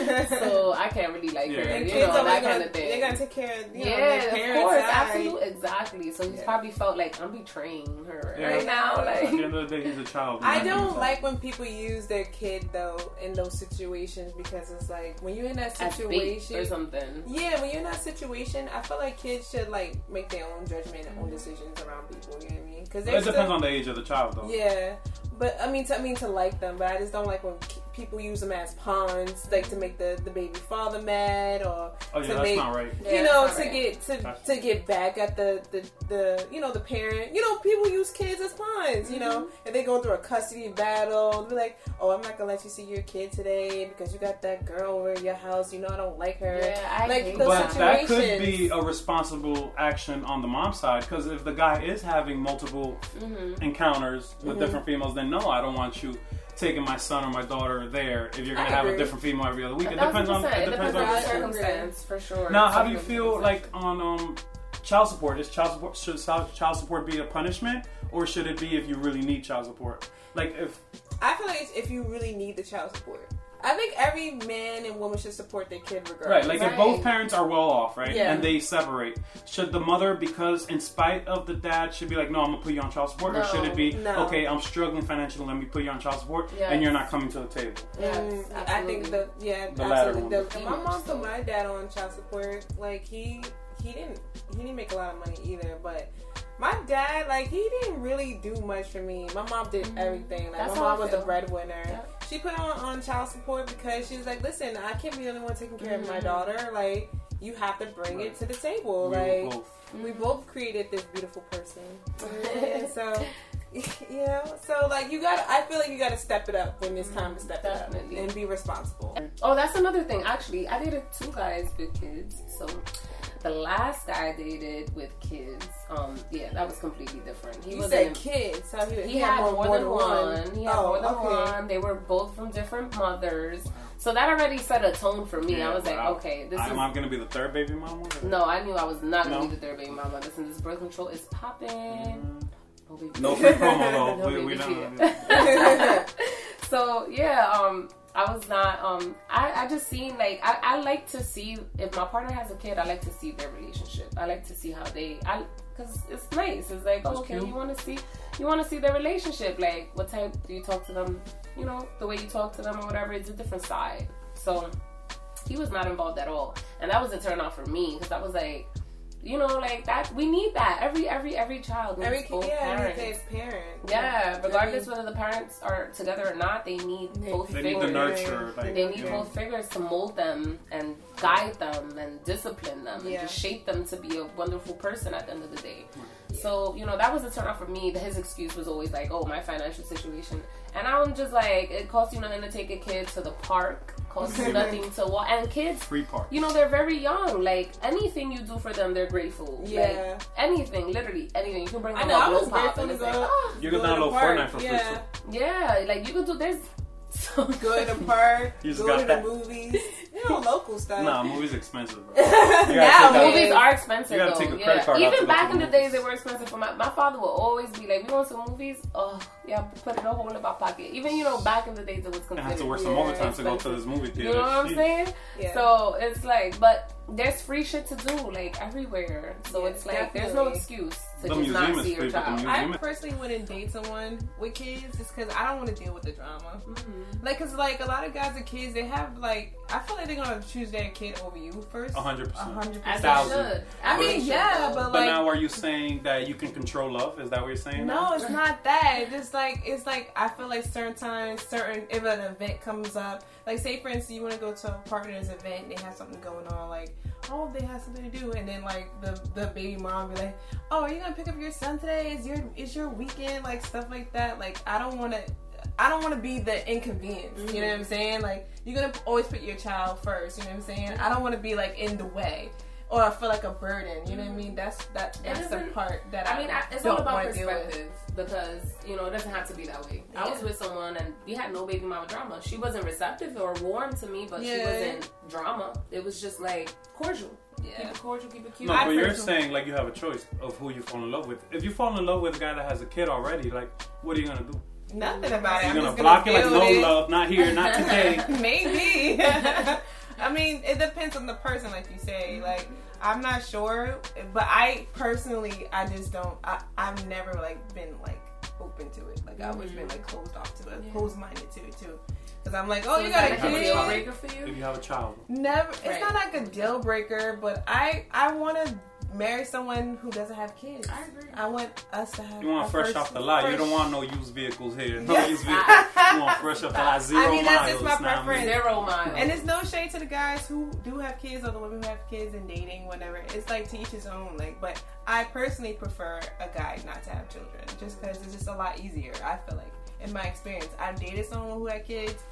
Speaker 2: her.
Speaker 4: (laughs)
Speaker 2: so I can't really like
Speaker 3: Yeah.
Speaker 2: her,
Speaker 4: And
Speaker 2: you
Speaker 4: kids
Speaker 2: know,
Speaker 4: always
Speaker 2: that
Speaker 4: gonna,
Speaker 2: kind of thing.
Speaker 4: They're gonna take care of you know,
Speaker 2: Yeah,
Speaker 4: their
Speaker 2: of
Speaker 4: parents.
Speaker 2: course,
Speaker 4: right?
Speaker 2: absolutely, exactly. So he's
Speaker 4: Yeah.
Speaker 2: probably felt like I'm betraying her
Speaker 3: Yeah.
Speaker 2: right now,
Speaker 3: At
Speaker 2: like
Speaker 3: the end of the day, he's a child.
Speaker 4: I
Speaker 3: man.
Speaker 4: don't like when people use their kid though in those situations because it's like when you're in that
Speaker 2: as bait or
Speaker 4: situation.
Speaker 2: something.
Speaker 4: Yeah, when you're in that situation, I feel like kids should like make their own judgment
Speaker 2: Mm-hmm.
Speaker 4: and own decisions around people. You know what I mean? Because
Speaker 3: It depends on the age of the child, though.
Speaker 4: Yeah, but I mean, to, I mean to like them, but I just don't like when ki- people use them as pawns, like to make the, the baby father mad or
Speaker 3: Oh yeah,
Speaker 4: to
Speaker 3: that's
Speaker 4: make
Speaker 3: not right.
Speaker 2: Yeah,
Speaker 4: you know
Speaker 2: that's
Speaker 4: to
Speaker 2: not
Speaker 4: get to
Speaker 3: That's-
Speaker 4: to get back at the, the the you know the parent. You know, people use kids as pawns. You know,
Speaker 2: Mm-hmm.
Speaker 4: if they go through a custody battle, they're like, "Oh, I'm not gonna let you see your kid today because you got that girl over at your house. You know, I don't like her."
Speaker 2: Yeah, I
Speaker 4: like
Speaker 2: hate
Speaker 4: those
Speaker 3: But
Speaker 2: that.
Speaker 3: that
Speaker 4: situations.
Speaker 3: could be a responsible action on the mom's side because if the guy is having multiple
Speaker 2: Mm-hmm.
Speaker 3: encounters with
Speaker 4: Mm-hmm.
Speaker 3: different females, then no, I don't want you taking my son or my daughter there if you're going
Speaker 4: I
Speaker 3: to have a
Speaker 4: agree.
Speaker 3: different female every other week. It
Speaker 2: A thousand
Speaker 3: depends on
Speaker 2: percent.
Speaker 3: it depends on
Speaker 4: on
Speaker 3: the
Speaker 2: the
Speaker 4: the
Speaker 3: circumstance.
Speaker 2: circumstance for sure.
Speaker 3: Now, how do you feel
Speaker 2: Circumstance.
Speaker 3: like on um, child support? Is child support should child child support be a punishment or should it be if you really need child support? Like if
Speaker 4: I feel like it's if you really need the child support. I think every man and woman should support their kid regardless.
Speaker 3: Right, like if
Speaker 2: Right.
Speaker 3: both parents are well off, right,
Speaker 4: Yeah.
Speaker 3: and they separate, should the mother, because in spite of the dad, should be like, no, I'm gonna put you on child support, or should it be,
Speaker 4: No, no.
Speaker 3: okay, I'm struggling financially, let me put you on child support,
Speaker 2: Yes.
Speaker 3: and you're not coming to the table?
Speaker 2: Yes,
Speaker 4: Mm, I think the yeah,
Speaker 3: The latter
Speaker 4: absolutely.
Speaker 3: one.
Speaker 4: The- my mom
Speaker 2: So-
Speaker 4: put my dad on child support. Like he he didn't he didn't make a lot of money either, but my dad like he didn't really do much for me. My mom did everything. Like
Speaker 2: Mm-hmm. That's
Speaker 4: my
Speaker 2: how
Speaker 4: mom
Speaker 2: I
Speaker 4: was the
Speaker 2: feel.
Speaker 4: breadwinner.
Speaker 2: Yep.
Speaker 4: She put on on child support because she was like, listen, I can't be the only one taking care
Speaker 2: Mm-hmm.
Speaker 4: of my daughter. Like you have to bring it to the table.
Speaker 3: We
Speaker 4: like
Speaker 3: were both.
Speaker 4: we both created this beautiful person. And
Speaker 2: (laughs)
Speaker 4: so, (laughs) you know, so like you got, to I feel like you got to step it up when it's time to step
Speaker 2: Definitely.
Speaker 4: it up and be responsible.
Speaker 2: Oh, that's another thing. Actually, I dated two guys with kids, so The last guy I dated with kids, um, yeah, that was completely different. He
Speaker 4: You
Speaker 2: wasn't
Speaker 4: said
Speaker 2: in-
Speaker 4: kids, so he,
Speaker 2: he, had, more, than one. He had
Speaker 4: oh,
Speaker 2: more than
Speaker 4: okay.
Speaker 2: one. They were both from different mothers, so that already set a tone for me. I was
Speaker 3: wow.
Speaker 2: like, okay, this
Speaker 3: I-
Speaker 2: is
Speaker 3: am I gonna be the third baby mama?
Speaker 2: no. I knew I was not gonna
Speaker 3: No.
Speaker 2: be the third baby mama. Listen, this birth control is popping. No baby.
Speaker 3: No free promo
Speaker 2: (laughs) No
Speaker 3: though. we, we
Speaker 2: baby
Speaker 3: don't.
Speaker 2: shit. so yeah, um, I was not. Um, I, I just seen like I, I like to see if my partner has a kid. I like to see their relationship. I like to see how they. I because it's nice. It's like
Speaker 3: That's
Speaker 2: okay,
Speaker 3: cute.
Speaker 2: you want to see you want to see their relationship. Like what type do you talk to them? You know the way you talk to them or whatever. It's a different side. So he was not involved at all, and that was a turn off for me because I was like. You know, like that. We need that. Every every every child needs
Speaker 4: Every kid,
Speaker 2: both
Speaker 4: yeah,
Speaker 2: parents.
Speaker 4: every kid's parent.
Speaker 2: Yeah, regardless whether the parents are together or not, they need
Speaker 4: They-
Speaker 2: both
Speaker 3: They need
Speaker 2: figures.
Speaker 3: the nurture. Like,
Speaker 2: They need
Speaker 3: you know.
Speaker 2: both figures to mold them and guide them and discipline them
Speaker 4: Yeah.
Speaker 2: and just shape them to be a wonderful person at the end of the day. So, you know, that was a turn off for me. His excuse was always like, oh, my financial situation. And I'm just like, it costs you nothing to take a kid to the park,
Speaker 4: (laughs)
Speaker 2: costs you nothing to walk. And kids,
Speaker 3: free part.
Speaker 2: you know, they're very young. Like, anything you do for them, they're grateful.
Speaker 4: Yeah.
Speaker 2: Like, anything, literally anything. You can bring
Speaker 4: I
Speaker 2: them
Speaker 4: know.
Speaker 2: a
Speaker 4: I was
Speaker 2: blow pop
Speaker 4: grateful
Speaker 2: and
Speaker 4: to
Speaker 2: it's like,
Speaker 4: go.
Speaker 2: oh,
Speaker 3: You can
Speaker 4: go to the
Speaker 3: download
Speaker 4: park.
Speaker 3: Fortnite for free,
Speaker 4: Yeah.
Speaker 3: too.
Speaker 2: yeah, like you could do there's (laughs) so
Speaker 4: Go
Speaker 3: (laughs)
Speaker 4: to the park.
Speaker 3: You just
Speaker 4: go
Speaker 3: got
Speaker 4: to
Speaker 3: that.
Speaker 4: the movies. You
Speaker 3: (laughs)
Speaker 4: know, local stuff. (laughs)
Speaker 3: Nah, movies expensive, bro. You gotta
Speaker 4: Now,
Speaker 3: take out-
Speaker 2: movies are expensive
Speaker 3: You gotta
Speaker 2: though.
Speaker 3: take a
Speaker 2: yeah.
Speaker 3: credit card out to
Speaker 2: Even
Speaker 3: look
Speaker 2: back
Speaker 3: at
Speaker 2: in the
Speaker 3: movies.
Speaker 2: days they were expensive for my my father would always be like, We want some movies? Oh yeah, put it a hole in my pocket. Even you know, back in the days it was
Speaker 3: I
Speaker 2: considered.
Speaker 3: have to work some
Speaker 4: Yeah,
Speaker 3: overtime to go to this movie
Speaker 2: you
Speaker 3: theater.
Speaker 2: know what I'm
Speaker 3: Shit.
Speaker 2: saying?
Speaker 4: Yeah.
Speaker 2: So it's like but there's free shit to do, like everywhere. So
Speaker 4: Yeah,
Speaker 2: it's like there's no
Speaker 4: definitely.
Speaker 2: excuse to
Speaker 3: The
Speaker 2: just
Speaker 3: museum
Speaker 2: not
Speaker 3: is
Speaker 2: see
Speaker 3: free,
Speaker 2: your
Speaker 3: but the
Speaker 2: child.
Speaker 3: museum-
Speaker 4: I personally wouldn't date someone with kids just because I don't want to deal with the drama. Like, cause like a lot of guys with kids, they have like I feel like they're gonna choose their kid over you first.
Speaker 3: A hundred
Speaker 4: A
Speaker 3: percent.
Speaker 4: hundred
Speaker 2: As
Speaker 4: percent.
Speaker 2: I
Speaker 3: Thousand.
Speaker 2: should.
Speaker 4: I
Speaker 2: As
Speaker 4: mean,
Speaker 2: should,
Speaker 4: yeah,
Speaker 2: though.
Speaker 4: but
Speaker 3: But
Speaker 4: like
Speaker 3: now, are you saying that you can control love? Is that what you're saying?
Speaker 4: No, it's not that. It's just like it's like I feel like certain times, certain if an event comes up, like say for instance, you want to go to a partner's event, and they have something going on, like oh they have something to do, and then like the the baby mom be like, oh are you gonna pick up your son today? Is your is your weekend like stuff like that? Like I don't want to. I don't want to be the inconvenience. You know what I'm
Speaker 3: Mm-hmm.
Speaker 4: saying? Like you're gonna always put your child first. You know what I'm saying? I don't want to be like in the way or I feel like a burden. You know what I
Speaker 3: Mm-hmm.
Speaker 4: mean? That's that. That's the
Speaker 2: isn't-
Speaker 4: part that
Speaker 2: I mean, I, it's all
Speaker 4: don't
Speaker 2: about
Speaker 4: wanna deal with.
Speaker 2: perspective because you know it doesn't have to be that way. I
Speaker 4: Yeah.
Speaker 2: was with someone and we had no baby mama drama. She wasn't receptive or warm to me, but she
Speaker 4: Yeah.
Speaker 2: wasn't drama. It was just like cordial.
Speaker 4: Yeah.
Speaker 2: Keep it cordial, keep it cute.
Speaker 3: No,
Speaker 4: I
Speaker 3: but you're
Speaker 4: personally-
Speaker 3: saying like you have a choice of who you fall in love with. If you fall in love with a guy that has a kid already, like what are you gonna do?
Speaker 4: Nothing about it.
Speaker 3: You're
Speaker 4: I'm
Speaker 3: gonna
Speaker 4: just
Speaker 3: block
Speaker 4: gonna
Speaker 3: it like
Speaker 4: build
Speaker 3: no
Speaker 4: it.
Speaker 3: love, not
Speaker 4: (laughs)
Speaker 3: here, not today.
Speaker 2: (laughs)
Speaker 4: Maybe. (laughs) I mean, it depends on the person, like you
Speaker 2: Mm-hmm.
Speaker 4: say. Like, I'm not sure, but I personally, I just don't. I, I've never like been like open to it. Like, I've always been like closed off to it,
Speaker 2: Mm-hmm. Yeah.
Speaker 4: closed minded to it too. Because I'm like, oh,
Speaker 2: So
Speaker 4: you
Speaker 2: is
Speaker 4: got a
Speaker 2: that a
Speaker 3: kid?
Speaker 2: deal
Speaker 4: kid.
Speaker 2: breaker for you?
Speaker 3: If you have a child,
Speaker 4: Never.
Speaker 2: Right.
Speaker 4: It's not like a deal breaker, but I, I want to marry someone who doesn't have kids.
Speaker 2: I agree.
Speaker 4: I want us to have.
Speaker 3: you want
Speaker 4: our
Speaker 3: fresh
Speaker 4: first-
Speaker 3: off the lot. You
Speaker 4: first-
Speaker 3: don't want no used vehicles here. No
Speaker 4: Yes.
Speaker 3: used vehicles.
Speaker 4: (laughs)
Speaker 3: You want fresh off the lot. Zero
Speaker 4: I mean, that's just
Speaker 3: miles.
Speaker 4: my
Speaker 3: nah, I mean,
Speaker 4: preference.
Speaker 2: Zero mile.
Speaker 4: And it's no shade to the guys who do have kids or the women who have kids and dating, whatever. It's like to each his own. Like, but I personally prefer a guy not to have children, just because it's just a lot easier. I feel like, in my experience, I've dated someone who had kids.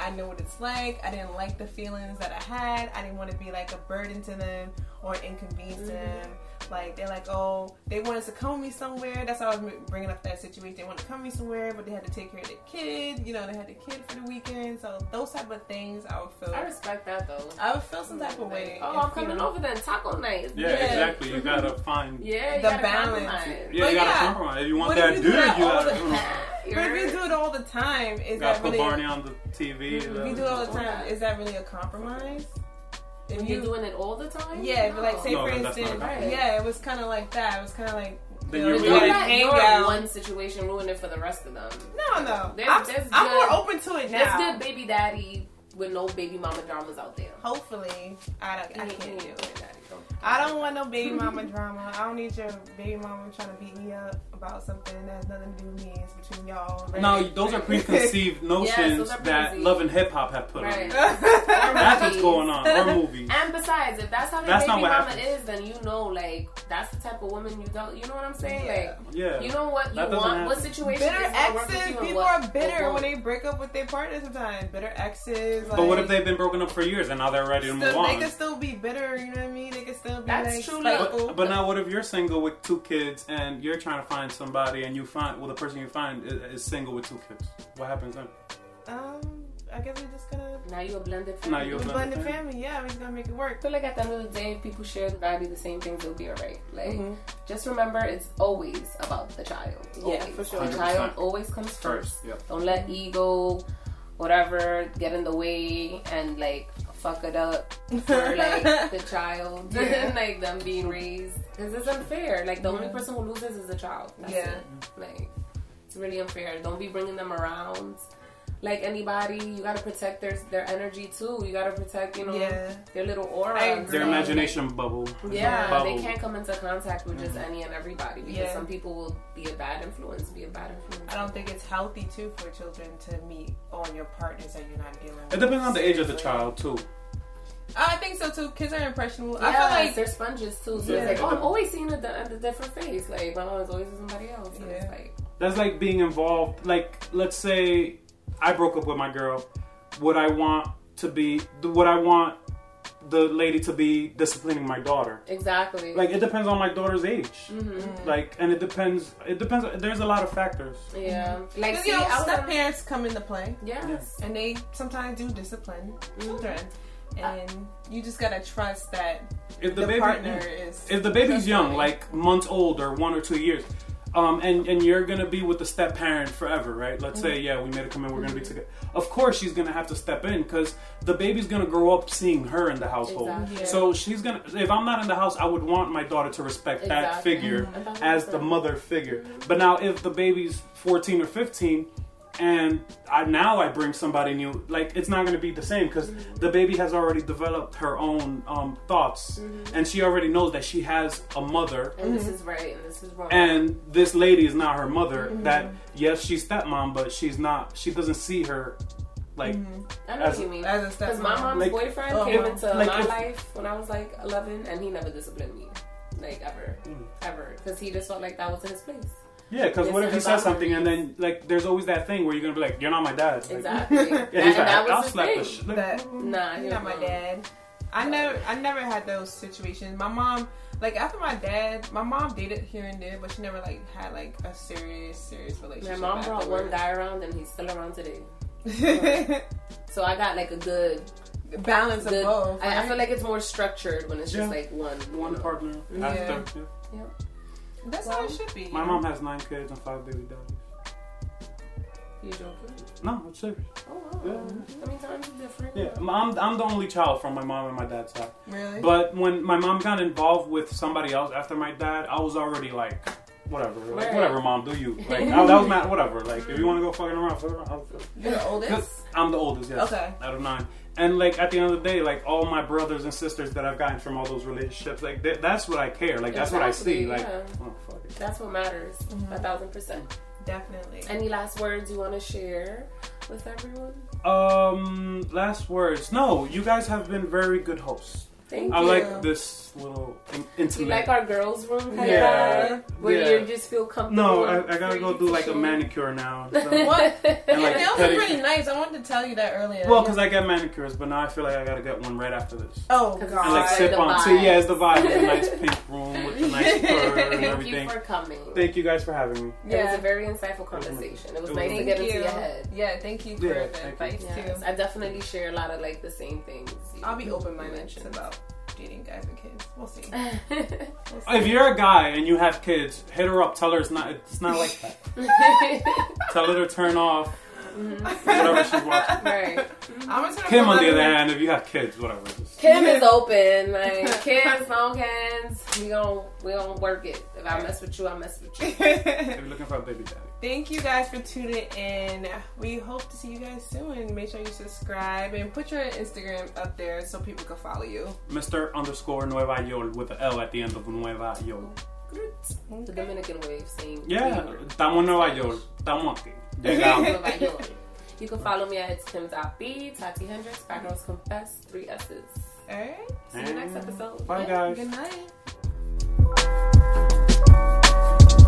Speaker 4: I know what it's like. I didn't like the feelings that I had. I didn't want to be like a burden to them or an inconvenience to them. Like they're like, oh, they wanted to come with me somewhere. That's how I was bringing up that situation. They wanted to come with me somewhere, but they had to take care of their kid. You know, they had the kid for the weekend. So those type of things, I would feel.
Speaker 2: I respect that though.
Speaker 4: I would feel some type of way.
Speaker 2: Oh,
Speaker 4: if,
Speaker 2: I'm
Speaker 4: you
Speaker 2: coming
Speaker 4: know-
Speaker 2: over then. Taco night.
Speaker 3: Yeah,
Speaker 4: Yeah.
Speaker 3: exactly. You gotta
Speaker 4: (laughs)
Speaker 3: find. Yeah,
Speaker 2: Yeah, you
Speaker 4: The
Speaker 2: gotta
Speaker 4: balance.
Speaker 2: compromise.
Speaker 3: you
Speaker 4: But
Speaker 3: gotta
Speaker 4: yeah,
Speaker 3: compromise. If you want
Speaker 4: what if
Speaker 3: that
Speaker 4: you
Speaker 3: dude,
Speaker 4: do
Speaker 3: you
Speaker 4: that all
Speaker 3: gotta.
Speaker 4: the
Speaker 3: you know,
Speaker 2: (laughs)
Speaker 4: But if you do it all the time, is
Speaker 3: gotta
Speaker 4: that
Speaker 3: put
Speaker 4: really?
Speaker 3: Barney on the TV.
Speaker 4: if you do it all the time, is that really a compromise? If
Speaker 2: You're doing it all the time.
Speaker 4: Yeah, but like say
Speaker 3: No,
Speaker 4: for
Speaker 3: then that's not
Speaker 4: instance,
Speaker 3: a
Speaker 2: compromise.
Speaker 4: yeah, it was kind of like that. It was kind of like
Speaker 3: Then
Speaker 4: you
Speaker 3: you're
Speaker 4: know,
Speaker 2: But
Speaker 3: really-
Speaker 4: we
Speaker 2: don't
Speaker 4: would
Speaker 2: let
Speaker 4: hang
Speaker 2: your
Speaker 4: out.
Speaker 2: one situation ruin it for the rest of them.
Speaker 4: No, no,
Speaker 2: There's-
Speaker 4: I'm,
Speaker 2: there's
Speaker 4: I'm
Speaker 2: good-
Speaker 4: more open to it
Speaker 2: There's
Speaker 4: now.
Speaker 2: good baby daddy with no baby mama dramas out there.
Speaker 4: Hopefully, I don't. I can't do
Speaker 2: do
Speaker 4: it.
Speaker 2: daddy.
Speaker 4: I don't want no baby mama drama. I don't need your baby mama trying to beat me up about something that has nothing to do with me. It's between y'all. (laughs)
Speaker 3: No, those are preconceived notions
Speaker 2: those are
Speaker 3: that
Speaker 2: preconceived.
Speaker 3: Love and Hip Hop have put on.
Speaker 2: Right.
Speaker 3: you. That's
Speaker 4: That's
Speaker 3: what's going on. Or
Speaker 2: (laughs)
Speaker 3: movies.
Speaker 2: And besides, if that's how the
Speaker 3: That's not
Speaker 2: baby
Speaker 3: what
Speaker 2: mama
Speaker 3: happens.
Speaker 2: is, then you know, like, that's the type of woman you don't. You know what I'm saying?
Speaker 4: Yeah.
Speaker 3: Yeah.
Speaker 2: Like, you know what you
Speaker 3: That doesn't
Speaker 2: want, what
Speaker 3: happen.
Speaker 2: situation
Speaker 4: bitter
Speaker 2: is gonna work with
Speaker 4: exes.
Speaker 2: you and
Speaker 4: People
Speaker 2: what-
Speaker 4: are bitter
Speaker 2: what
Speaker 4: when
Speaker 2: won't.
Speaker 4: they break up with their partner sometimes. Bitter exes. Like,
Speaker 3: But what if they've been broken up for years and now they're ready to move
Speaker 4: still,
Speaker 3: on?
Speaker 4: They can still be bitter. You know what I mean? They can still be
Speaker 1: That's
Speaker 4: like,
Speaker 1: true
Speaker 4: spiteful.
Speaker 1: love.
Speaker 3: But, but now, what if you're single with two kids and you're trying to find somebody and you find, well, the person you find is, is single with two kids? What happens then?
Speaker 1: Um, I guess we're just gonna
Speaker 2: Now you're a blended
Speaker 3: Now
Speaker 2: family.
Speaker 3: you're a blended
Speaker 1: blend the
Speaker 3: family.
Speaker 1: family. Yeah, we're just gonna make it
Speaker 2: I
Speaker 1: work.
Speaker 2: feel like at the end of the day, if people share value the same things, it'll be alright. Like,
Speaker 4: (laughs) Mhm.
Speaker 2: just remember, it's always about the child.
Speaker 4: Yeah,
Speaker 2: Always.
Speaker 4: for sure.
Speaker 2: The child
Speaker 3: 100%.
Speaker 2: always comes first.
Speaker 3: Yeah.
Speaker 2: Don't let ego, whatever, get in the way and like fuck it up for
Speaker 1: (laughs)
Speaker 2: like the child
Speaker 4: Yeah.
Speaker 2: (laughs) like them being raised. Because it's unfair. Like the only
Speaker 4: Mhm.
Speaker 2: person who loses is the child. That's
Speaker 4: Yeah.
Speaker 2: it. Like it's really unfair. Don't be bringing them around. Like anybody, you gotta protect their their energy too. You gotta protect, you know,
Speaker 1: Yeah.
Speaker 2: their little aura.
Speaker 1: I
Speaker 2: and
Speaker 1: agree.
Speaker 3: Their
Speaker 2: stuff.
Speaker 3: imagination bubble.
Speaker 2: Yeah,
Speaker 3: Bubble.
Speaker 2: they can't come into contact with just any and everybody because
Speaker 1: Mm-hmm. Yeah.
Speaker 2: some people will be a bad influence, be a bad influence.
Speaker 1: I don't think it's healthy too for children to meet on your partners that you're not dealing with.
Speaker 3: It depends on the age of the
Speaker 1: Seriously.
Speaker 3: child, too.
Speaker 4: I think so too. Kids are impressionable.
Speaker 2: Yeah,
Speaker 4: I feel like
Speaker 2: they're sponges too. So
Speaker 3: Yeah.
Speaker 2: it's like, oh, I'm always seeing a, di- a different face. Like my mom is always with somebody else. And it's
Speaker 4: Yeah.
Speaker 2: like,
Speaker 3: That's like being involved. Like, let's say I broke up with my girl. Would I want to be? Would I want the lady to be disciplining my daughter?
Speaker 2: exactly.
Speaker 3: Like, it depends on my daughter's age.
Speaker 2: Mhm.
Speaker 4: Mm.
Speaker 3: Like, and it depends. It depends. There's a lot of factors.
Speaker 2: yeah, like
Speaker 4: Because,
Speaker 2: see,
Speaker 4: you know,
Speaker 2: I was
Speaker 4: step
Speaker 2: on,
Speaker 4: parents come into play,
Speaker 2: yes,
Speaker 4: and they sometimes do discipline
Speaker 2: Mhm.
Speaker 4: children, and you just gotta trust that
Speaker 3: If the,
Speaker 4: the,
Speaker 3: baby,
Speaker 4: partner is.
Speaker 3: if the baby's young,
Speaker 4: trustworthy.
Speaker 3: like months old or one or two years, um, and and you're gonna be with the step parent forever, right? Let's
Speaker 2: Mm-hmm.
Speaker 3: say, yeah, we made a commitment, we're gonna be together. Of course, she's gonna have to step in because the baby's gonna grow up seeing her in the household.
Speaker 2: Exactly.
Speaker 3: So she's gonna. If I'm not in the house, I would want my daughter to respect that
Speaker 2: Exactly.
Speaker 3: figure
Speaker 2: Mhm. A thousand
Speaker 3: as the
Speaker 2: percent.
Speaker 3: mother figure. But now, if the baby's 14 or 15. And I, now I bring somebody new. Like it's not going to be the same because
Speaker 2: Mm-hmm.
Speaker 3: the baby has already developed her own um, thoughts,
Speaker 2: Mm-hmm.
Speaker 3: and she already knows that she has a mother,
Speaker 2: and this is right and this is wrong.
Speaker 3: and this lady is not her mother.
Speaker 2: Mm-hmm.
Speaker 3: That yes, she's stepmom, but she's not. She doesn't see her like
Speaker 2: I know
Speaker 3: as-
Speaker 2: what you mean.
Speaker 4: as a
Speaker 2: Because my
Speaker 4: stepmom.
Speaker 2: mom's
Speaker 3: Like-
Speaker 2: boyfriend
Speaker 4: Oh.
Speaker 2: came into
Speaker 3: Like,
Speaker 2: my
Speaker 3: if-
Speaker 2: life when I was like 11, and he never disciplined me, like ever,
Speaker 3: Mm.
Speaker 2: ever, because he just felt like that was in his place.
Speaker 3: yeah. Because what if he
Speaker 2: It's
Speaker 3: says
Speaker 2: about
Speaker 3: something and then like there's always that thing where you're gonna be like, you're not my dad. Like,
Speaker 2: Exactly. That-
Speaker 3: (laughs) Yeah, he's
Speaker 2: and
Speaker 3: like,
Speaker 2: that was
Speaker 3: I'll
Speaker 2: his
Speaker 3: slap
Speaker 2: thing.
Speaker 3: the shit.
Speaker 4: That-
Speaker 2: Nah, he
Speaker 4: You're
Speaker 2: was
Speaker 4: not my
Speaker 2: wrong.
Speaker 4: dad. I never, I never had those situations. My mom, like after my dad, my mom dated here and there, but she never like had like a serious, serious
Speaker 2: My
Speaker 4: relationship.
Speaker 2: mom brought one guy around, and he's still around today.
Speaker 4: (laughs)
Speaker 2: So I got like a good
Speaker 4: Balance of
Speaker 2: good-
Speaker 4: both.
Speaker 2: I, I
Speaker 4: right?
Speaker 2: feel like it's more structured when it's just
Speaker 3: Yeah.
Speaker 2: like one
Speaker 3: One partner
Speaker 4: Yeah.
Speaker 3: after. yeah.
Speaker 4: that's how it
Speaker 2: Well,
Speaker 4: should be.
Speaker 3: My mom has nine kids and five baby daddies.
Speaker 2: You joking?
Speaker 3: No, it's serious.
Speaker 2: Oh wow.
Speaker 3: Yeah.
Speaker 2: I mean times are different.
Speaker 3: Yeah, I'm, I'm the only child from my mom and my dad's side.
Speaker 4: really.
Speaker 3: But when my mom got involved with somebody else after my dad, I was already like, whatever, like,
Speaker 2: Right.
Speaker 3: whatever, mom, do you? Like, I, that was my whatever. Like, if you want to go fucking around, fuck around. I'll-
Speaker 4: You're the
Speaker 3: Cause
Speaker 4: oldest.
Speaker 3: I'm the oldest, yes.
Speaker 4: Okay.
Speaker 3: Out of nine. And like at the end of the day, like all my brothers and sisters that I've gotten from all those relationships, like th- that's what I care. Like that's
Speaker 2: Exactly,
Speaker 3: what I see. Like,
Speaker 2: yeah.
Speaker 3: oh fuck it.
Speaker 2: That's what matters.
Speaker 4: Mhm.
Speaker 2: A thousand percent.
Speaker 4: Definitely.
Speaker 2: Any last words you wanna share with everyone?
Speaker 3: Um, last words. No, you guys have been very good hosts.
Speaker 2: Thank
Speaker 3: I
Speaker 2: you.
Speaker 3: like this little in-
Speaker 2: you
Speaker 3: intimate.
Speaker 2: like our girls' room kind
Speaker 3: Yeah.
Speaker 2: of vibe? Where
Speaker 3: Yeah.
Speaker 2: you just feel comfortable.
Speaker 3: no, I, I gotta
Speaker 2: free
Speaker 3: go
Speaker 2: to
Speaker 3: do like a
Speaker 2: share? (laughs)
Speaker 3: manicure now. So.
Speaker 4: What?
Speaker 3: And,
Speaker 4: Your
Speaker 3: like,
Speaker 4: nails are
Speaker 3: pedicure.
Speaker 4: pretty nice. I wanted to tell you that earlier.
Speaker 3: Well, because I get manicures, but now I feel like I gotta get one right after this.
Speaker 4: oh
Speaker 2: And,
Speaker 4: god.
Speaker 3: And like
Speaker 2: Alright,
Speaker 3: sip
Speaker 2: the
Speaker 3: on tea.
Speaker 2: vibe.
Speaker 3: Yeah, it's the vibe. It's a
Speaker 2: (laughs)
Speaker 3: nice pink room with the nice fur and
Speaker 2: Thank you
Speaker 3: everything.
Speaker 2: for coming.
Speaker 3: Thank you guys for having me.
Speaker 2: It was
Speaker 4: yeah.
Speaker 2: a very insightful conversation. It was
Speaker 3: It was
Speaker 2: nice to
Speaker 3: amazing.
Speaker 2: get
Speaker 4: Thank
Speaker 2: into
Speaker 4: you.
Speaker 2: your head.
Speaker 4: Yeah, thank you for
Speaker 3: Yeah,
Speaker 4: the
Speaker 3: thank you.
Speaker 4: advice
Speaker 2: Yes,
Speaker 4: too.
Speaker 2: I definitely share a lot of like the same things. you-
Speaker 4: I'll be
Speaker 2: you
Speaker 4: open minded
Speaker 2: mentioned. (laughs)
Speaker 4: about dating guys and kids. We'll see. We'll see. (laughs)
Speaker 3: If you're a guy and you have kids, hit her up. Tell her it's not. It's not like that.
Speaker 2: Mm-hmm.
Speaker 3: Tell her to turn off whatever she's watching.
Speaker 2: right.
Speaker 4: I'm gonna turn
Speaker 3: Kim,
Speaker 4: up
Speaker 3: on the other
Speaker 4: another-
Speaker 3: hand, if you have kids, whatever. Just-
Speaker 2: Kim is open. Like
Speaker 4: (laughs)
Speaker 2: Kim's long hands. We gon' we gon' work it. If I mess with you, I mess with you.
Speaker 3: If you're looking for a baby daddy,
Speaker 4: (laughs) Thank you guys for tuning in. We hope to see you guys soon. Make sure you subscribe and put your Instagram up there so people can follow you.
Speaker 3: Mr. Underscore Nueva York with the L at the end of Nueva York.
Speaker 2: The Dominican way of saying
Speaker 3: Yeah,
Speaker 2: we were.
Speaker 3: estamos en Nueva York. Estamos aquí. Llegamos.
Speaker 2: Nueva York. You can follow me at kim.b, Tati Hendricks, Bad Girls Confess, three S's.
Speaker 4: All right.
Speaker 2: See you next episode.
Speaker 3: Bye, guys.
Speaker 4: Good night.